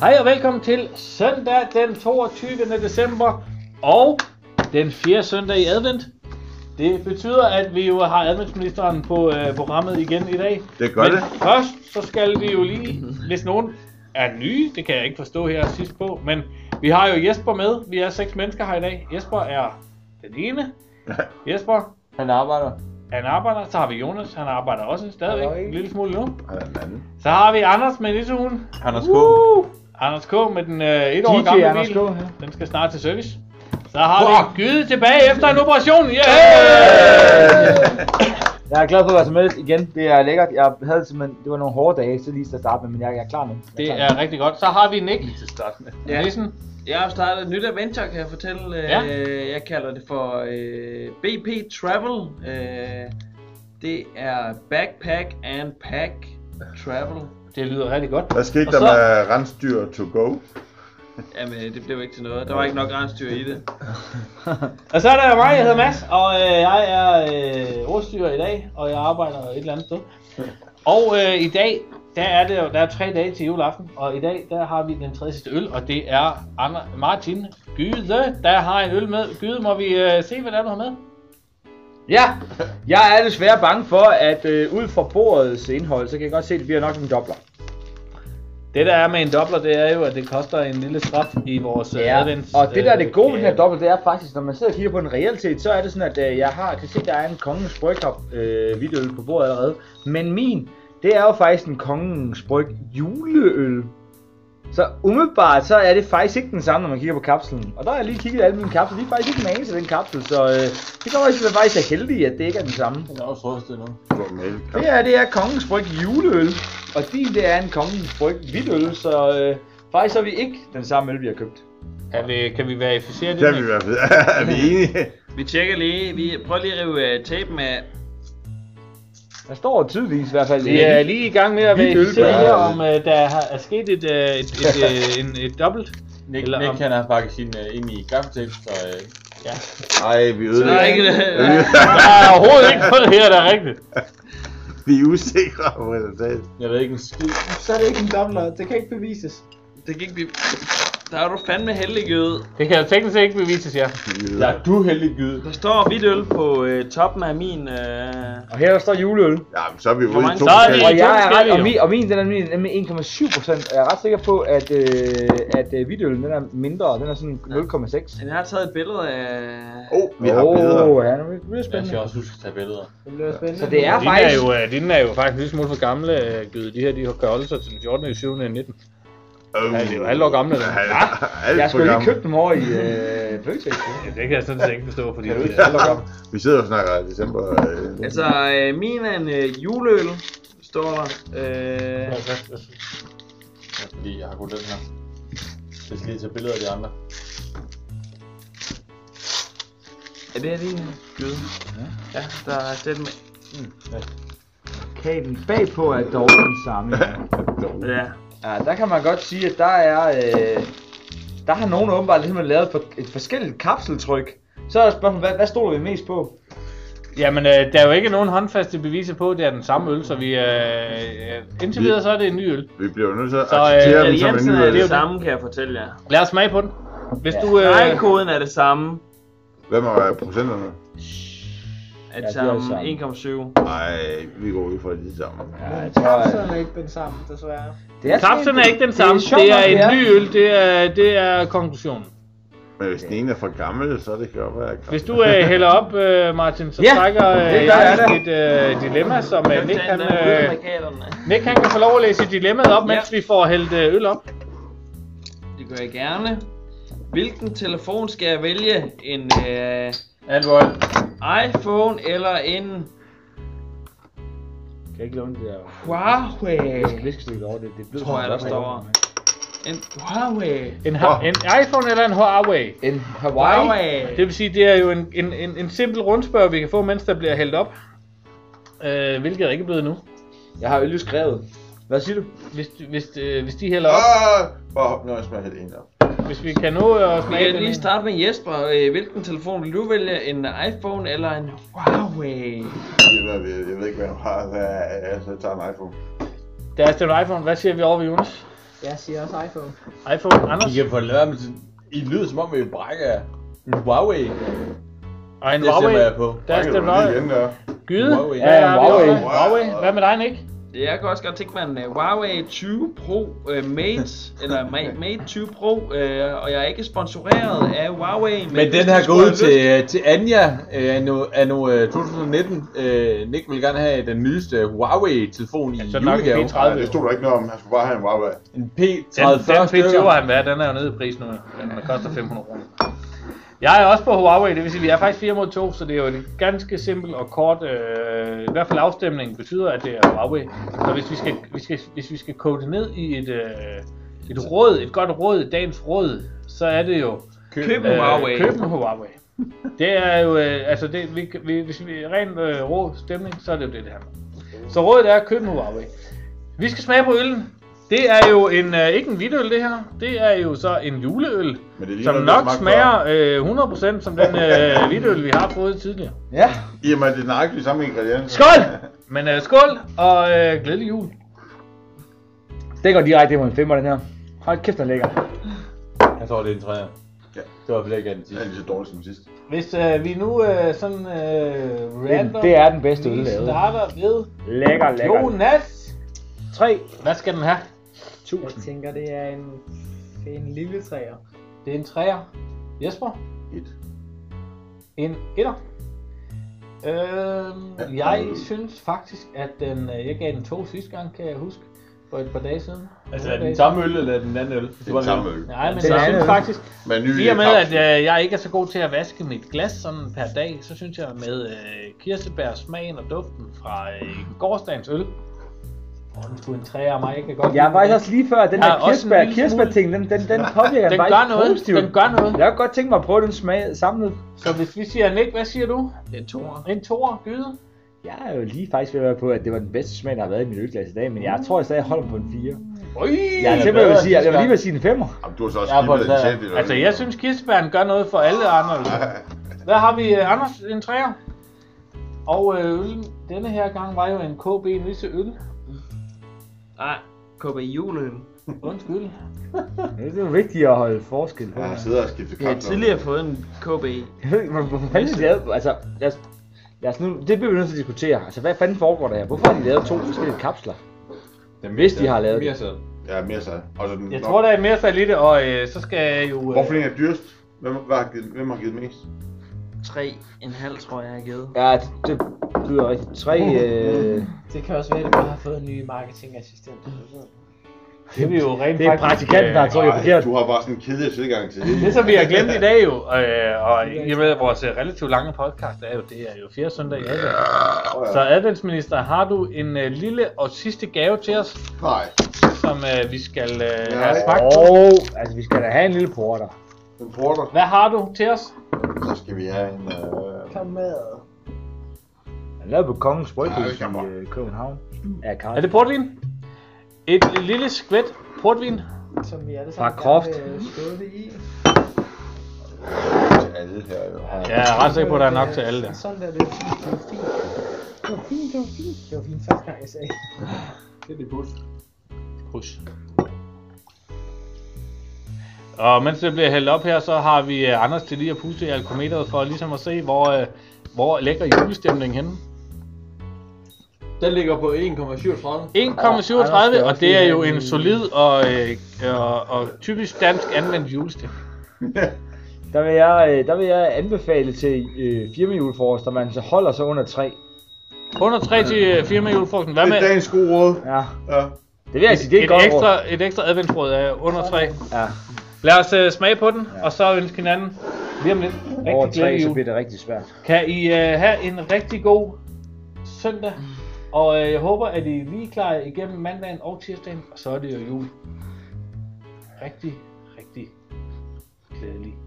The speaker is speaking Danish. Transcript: Hej og velkommen til søndag den 22. december og den 4. søndag i advent. Det betyder, at vi jo har adventsministeren på øh, programmet igen i dag. Det gør Men det. først så skal vi jo lige, hvis nogen er nye, det kan jeg ikke forstå her sidst på, men vi har jo Jesper med. Vi er seks mennesker her i dag. Jesper er den ene. Jesper, Han arbejder. han arbejder. Så har vi Jonas, han arbejder også stadigvæk Halløj. en lille smule nu. Han er den anden. Så har vi Anders med nissehuen. Han er Anders K. med den øh, et år DJ gamle Anders bil. K, ja. Den skal snart til service. Så har Wow. vi Gyde tilbage efter en operation. Yeah! Jeg er glad for at være så med igen. Det er lækkert. Jeg havde simpelthen, det var nogle hårde dage, så lige til at starte med, men jeg, jeg er klar nu. Jeg Det klar er nu. rigtig godt. Så har vi Nick. Ja. Ja. Nissen. Jeg har startet et nyt adventure, kan jeg fortælle. Ja. Øh, Jeg kalder det for øh, BP Travel. Øh, det er Backpack and Pack Travel. Det lyder rigtig godt. Hvad skete Og der så- med rensdyr to go? Jamen, øh, det blev ikke til noget. Der var ikke nok rensdyr i det. Og så er der mig, jeg hedder Mads, og øh, jeg er øh, ordstyrer i dag, og jeg arbejder et eller andet sted. Og øh, i dag, der er det jo, der er tre dage til juleaften, og i dag, der har vi den tredje sidste øl, og det er Ander, Martin Gyde, der har en øl med. Gyde, må vi øh, se, hvad der er, du har med? Ja, jeg er desværre bange for, at øh, ud fra bordets indhold, så kan jeg godt se, at det bliver nok en dobler. Det der er med en dobbler, det er jo, at det koster en lille straf i vores ja. advents... øh, og det der er det gode ved den her gave. dobbelt, det er faktisk, når man sidder og kigger på den realitet, så er det sådan, at øh, jeg har, kan se, at der er en kongens bryghop øh, videoøl på bordet allerede. Men min, det er jo faktisk en kongens bryg juleøl. Så umiddelbart, så er det faktisk ikke den samme, når man kigger på kapslen. Og der har jeg lige kigget i alle mine kapsler, de er faktisk ikke en anelse af den kapsel, så øh, det kan også være faktisk er heldig, at det ikke er den samme. Gå med. Det her, det er kongens bryg juleøl, og din, det er en kongens bryg hvidøl, så øh, faktisk er vi ikke den samme øl, vi har købt. Kan vi, kan vi verificere det? Det er vi i hvert fald. er vi enige? Vi tjekker lige. Vi prøver lige at rive uh, tapen af. Der står tydeligvis i hvert fald. Vi er lige i gang med at Vi verificere ølbørn. her, om uh, der har- er sket et, uh, et, et, uh, en, et dobbelt. Nick, Eller Nick om- han har pakket sin uh, ind i kaffetape, så uh, Nej, vi Der er ødelægger. ikke Der er overhovedet ikke noget her, der er rigtigt. vi er usikre på resultatet. jeg ved ikke en skid. Så er det ikke en dobbler. Det kan ikke bevises. Det gik vi... Der er du fandme heldig, Gøde. Det kan jo teknisk set ikke bevises, ja. Der er du heldig gyde. Der står hvidt øl på øh, toppen af min... Øh... Og her der står juleøl. Jamen, så er vi Hvor ude i mange- to Så er det- forskellige. Og jeg er ret, forskellige, og jo. min, og min den er nemlig- nemlig 1,7 procent. Jeg er ret sikker på, at, øh, at øh, hvidtøllen, den er mindre. Den er sådan 0,6. Jeg har taget et billede af... Åh, oh, vi har billeder. Åh, ja, nu bliver det bliver Jeg skal spændende. også huske at tage billeder. Så det er Dine er, faktisk... jo, øh, dine er jo faktisk lidt smule for gamle, øh, Gyde. De her, de har kørt sig til den 14. 7. 19. Oh. Ja, det er jo halvt år gamle, den. Ja, Hva? alt Jeg for skulle lige gammel. købe dem over i øh, Føtex. Ja, det kan jeg sådan set ikke forstå, fordi... Kan du ikke øh, selv lukke op? Vi sidder og snakker i december. Øh, Altså, øh, min er en øh, juleøl, står der. Øh, Ja, Fordi jeg har kun den her. Jeg skal lige tage billeder af de andre. er det her din øh, gyde? Ja. ja, der er den med. Kablen bagpå er dog den samme. Ja. Ja, der kan man godt sige, at der er... Øh, der har nogen åbenbart ligesom lavet for, et forskelligt kapseltryk. Så er der spørgsmålet, hvad, hvad stoler vi mest på? Jamen, øh, der er jo ikke nogen håndfaste beviser på, at det er den samme øl, så vi... Øh, øh, indtil videre, så er det en ny øl. vi bliver jo nødt til at Så, øh, acceptere dem som en Alliancen ny er øl. det samme, kan jeg fortælle jer. Lad os smage på den. Hvis Ja. du... Øh, Ejerkoden er det samme. Hvem er procenterne? Er det er det samme. det samme. 1,7. Nej, vi går ud fra de samme. Ja, jeg tror, at... er ikke den samme, desværre. Altså, Det er sådan Kapslen en- er ikke den samme. sjovt Det er nok, en ny øl. Det er, det er konklusionen. Men hvis den ene er for gammel, så er det godt være. Hvis du øh, hælder op, øh, Martin, så Ja, trækker øh, det gør jeg jeg da. et øh, dilemma, som øh, Nick, han, øh, øh... Nick han kan få lov at læse dilemmaet op, mens Ja. vi får hældt øh, øl op. Det gør jeg gerne. Hvilken telefon skal jeg vælge? En øh, Alt vold. iPhone eller en Kan jeg ikke låne det der Huawei? viskestykke over det? Det bliver Tror jeg, der står. En Huawei. En, ha- Åh. en iPhone eller en Huawei? En Hawaii? Huawei. Det vil sige, det er jo en, en, en, en simpel rundspørg, vi kan få, mens der bliver hældt op. Øh, hvilket er ikke blevet nu. Jeg har øl skrevet. Hvad siger du? Hvis, hvis, øh, hvis de hælder op, Åh, hvor når jeg smager helt en op. hvis vi kan nå øh, at Vi smage kan den lige ene. starte med Jesper. Øh, Hvilken telefon vil du vælge? En iPhone eller en Huawei? Jeg ved, jeg ved- jeg ved ikke, hvad jeg har. Hvad er, altså, jeg tager en iPhone. Der er stemt iPhone. Hvad siger vi over ved Jonas? Jeg siger også iPhone. iPhone, Anders. I kan få lørdag, men I lyder som om, I brækker en Huawei. Og en Det Huawei. stemmer jeg på. Der Brækker stemmer du lige igen jeg. der? Gyde. Huawei. Ja, ja, Huawei. Huawei. Huawei. Hvad med dig, Nick? Jeg kan også godt tænke mig en øh, Huawei 20 Pro øh, Mate, eller Ma- Mate 20 Pro, øh, og jeg er ikke sponsoreret af Huawei. Men hvis den her du går skulle ud have til, lyst- øh, til Anja øh, anno, anno øh, 2019. Øh, Nick vil gerne have den nyeste Huawei-telefon i Ja, ja, så er det nok en julegave. Nej, det 30. stod der ikke noget om. Han skulle bare have en Huawei. En Den, den P30 P20 stykker. han været, den er jo nede i pris nu. Den koster 500 kroner. Jeg er også på Huawei, det vil sige, at vi er faktisk 4 mod 2, så det er jo en ganske simpel og kort, øh, i hvert fald afstemningen betyder, at det er Huawei. Så hvis vi skal, vi skal, hvis vi skal kode det ned i et, øh, et råd, et godt råd, dagens råd, så er det jo, Køb en Øh, Huawei. Køb en Huawei. Det er jo, øh, altså det, vi, vi, hvis vi er ren øh, rå stemning, så er det jo det, det handler om. Så rådet er, køb en Huawei. Vi skal smage på øllen. Det er jo en, øh, ikke en hvidøl det her, det er jo så en juleøl, Men det er lige som noget, der nok smagte smager øh, 100% som den øh, hvidøl, vi har fået tidligere. Ja. godt. I og med, at det er nøjagtigt de samme ingredienser. Skål! Men øh, skål, og øh, glædelig jul. Det går direkte mod en femmer, den her. Hold kæft, den er lækker. Jeg tror, det er en træer. Ja. Ja. Det var flere Det den er sidste. lige så dårligt som sidst. Hvis øh, vi nu øh, sådan øh, random det er den bedste øl, lige lavet. starter ved Lækker, lækker. Jonas. 3. Hvad skal den have? Jeg tænker, det er en, det er en lille træer. Det er en træer. Jesper? Et. En etter. Øhm, Ja, jeg øh. synes faktisk, at den, øh, jeg gav den to sidste gang, kan jeg huske, for et par dage siden. Altså, er Nogle det den dage samme øl, eller er det den anden øl? Det er den samme øl. siden. Nej, men Den jeg samme synes øl. faktisk, Men ny i og med kapsel. at øh, jeg ikke er så god til at vaske mit glas sådan per dag, så synes jeg med øh, kirsebær, smagen og duften fra øh, gårdsdagens øl, åh, den skulle en træer af mig, jeg kan godt Jeg lide var faktisk den. også lige før, Jeg den der er også en kirsebær, lille smule- kirsebær-ting, den, den, den påvirker Den mig gør noget, positivt. den gør noget. Jeg kunne godt tænke mig at prøve den smag samlet. Så hvis vi siger Nick, hvad siger du? Det er en toer. En toer, gyde? Jeg er jo lige faktisk ved at være på, at det var den bedste smag, der har været i mit ølglas i dag, men jeg tror stadig, jeg holder på en 4. Ui! Jeg er er simpelthen ved bedre at sige, end jeg var sidste lige ved at sige en 5'er. Jamen, du har så også Jeg er på skibet den den der. tæt. eller Altså, hvad? jeg synes, kirsebæren gør noget for alle andre øl. Hvad har vi, øh, Anders? En træer? Og øh, øllen, denne her gang var jo en KB Nisse øl. Nej, køb i julen. Undskyld. Det er jo vigtigt at holde forskel på. Jeg har siddet og skiftet Jeg har kapsel. tidligere fået en KB. Jeg ved ikke, hvor- hvorfor fanden de lavede, altså, lad os, lad os nu, det bliver vi nødt til at diskutere. Altså, hvad fanden foregår der her? Hvorfor har de lavet to forskellige kapsler? Den Hvis de har lavet det. det. Ja, mere så. Og så den, Jeg tror, der er mere fald i det, og øh, så skal jeg jo... Hvorfor den er dyrest? Hvem, hvad har givet, hvem har givet mest? 3,5 tror jeg, jeg har givet. Ja, det, det lyder rigtigt. Tre, Uh-huh. øh, Det kan også være, at vi bare har fået en ny marketingassistent. det er vi jo rent øh, det er praktikanten, der har trykket Ej, forkert. du har bare sådan en kedelig tilgang til det. Det, som vi har glemt i dag jo, øh, og i og med at vores øh, relativt lange podcast er jo, det er jo fjerde søndag i advent. Åh, ja. Så adventsminister, har du en øh, lille og sidste gave til os, Nej, som øh, vi skal øh, Nej. have smagt Åh, på? oh, altså, vi skal da have en lille porter. den porter. Hvad har du til os? Så skal vi have en... Øh... Kom med. Han lavede på Kongens Ja, det Bryghus i kan man. øh, København. Ja, Karl. Mm. Er det portvin? Et lille skvæt portvin. Som vi alle Fra sammen Croft. gerne vil skåle i. Til alle her jo. Jeg er ret sikker på, at der er nok til alle der. Sådan der, det var fint. Det var fint. Det var fint, det var fint. Det var fint første gang, jeg sagde. Det er det push. Push. Og mens det bliver hældt op her, så har vi øh, Anders til lige at puste i alkometeret for ligesom at se, hvor, øh, hvor lægger julestemningen henne. Den ligger på 1,37. 1,37, og det er jo en solid og, øh, og, og typisk dansk anvendt julestemning. Der vil jeg, øh, der vil jeg anbefale til øh, firmajuleforrest, at man så holder sig under 3. Under 3 til øh, firma julefrokosten. Hvad Det med er dagens gode råd. Ja, Ja. det vil jeg sige, det er et, et, godt råd. ekstra, et ekstra adventsråd af under 3? Ja, Lad os øh, smage på den, og så ønske hinanden lige om lidt over rigtig 3, glædelig så jul. bliver det rigtig svært. Kan I øh, have en rigtig god søndag, og øh, jeg håber, at I er lige klar igennem mandagen og tirsdagen, og så er det jo jul. Rigtig, rigtig glædelig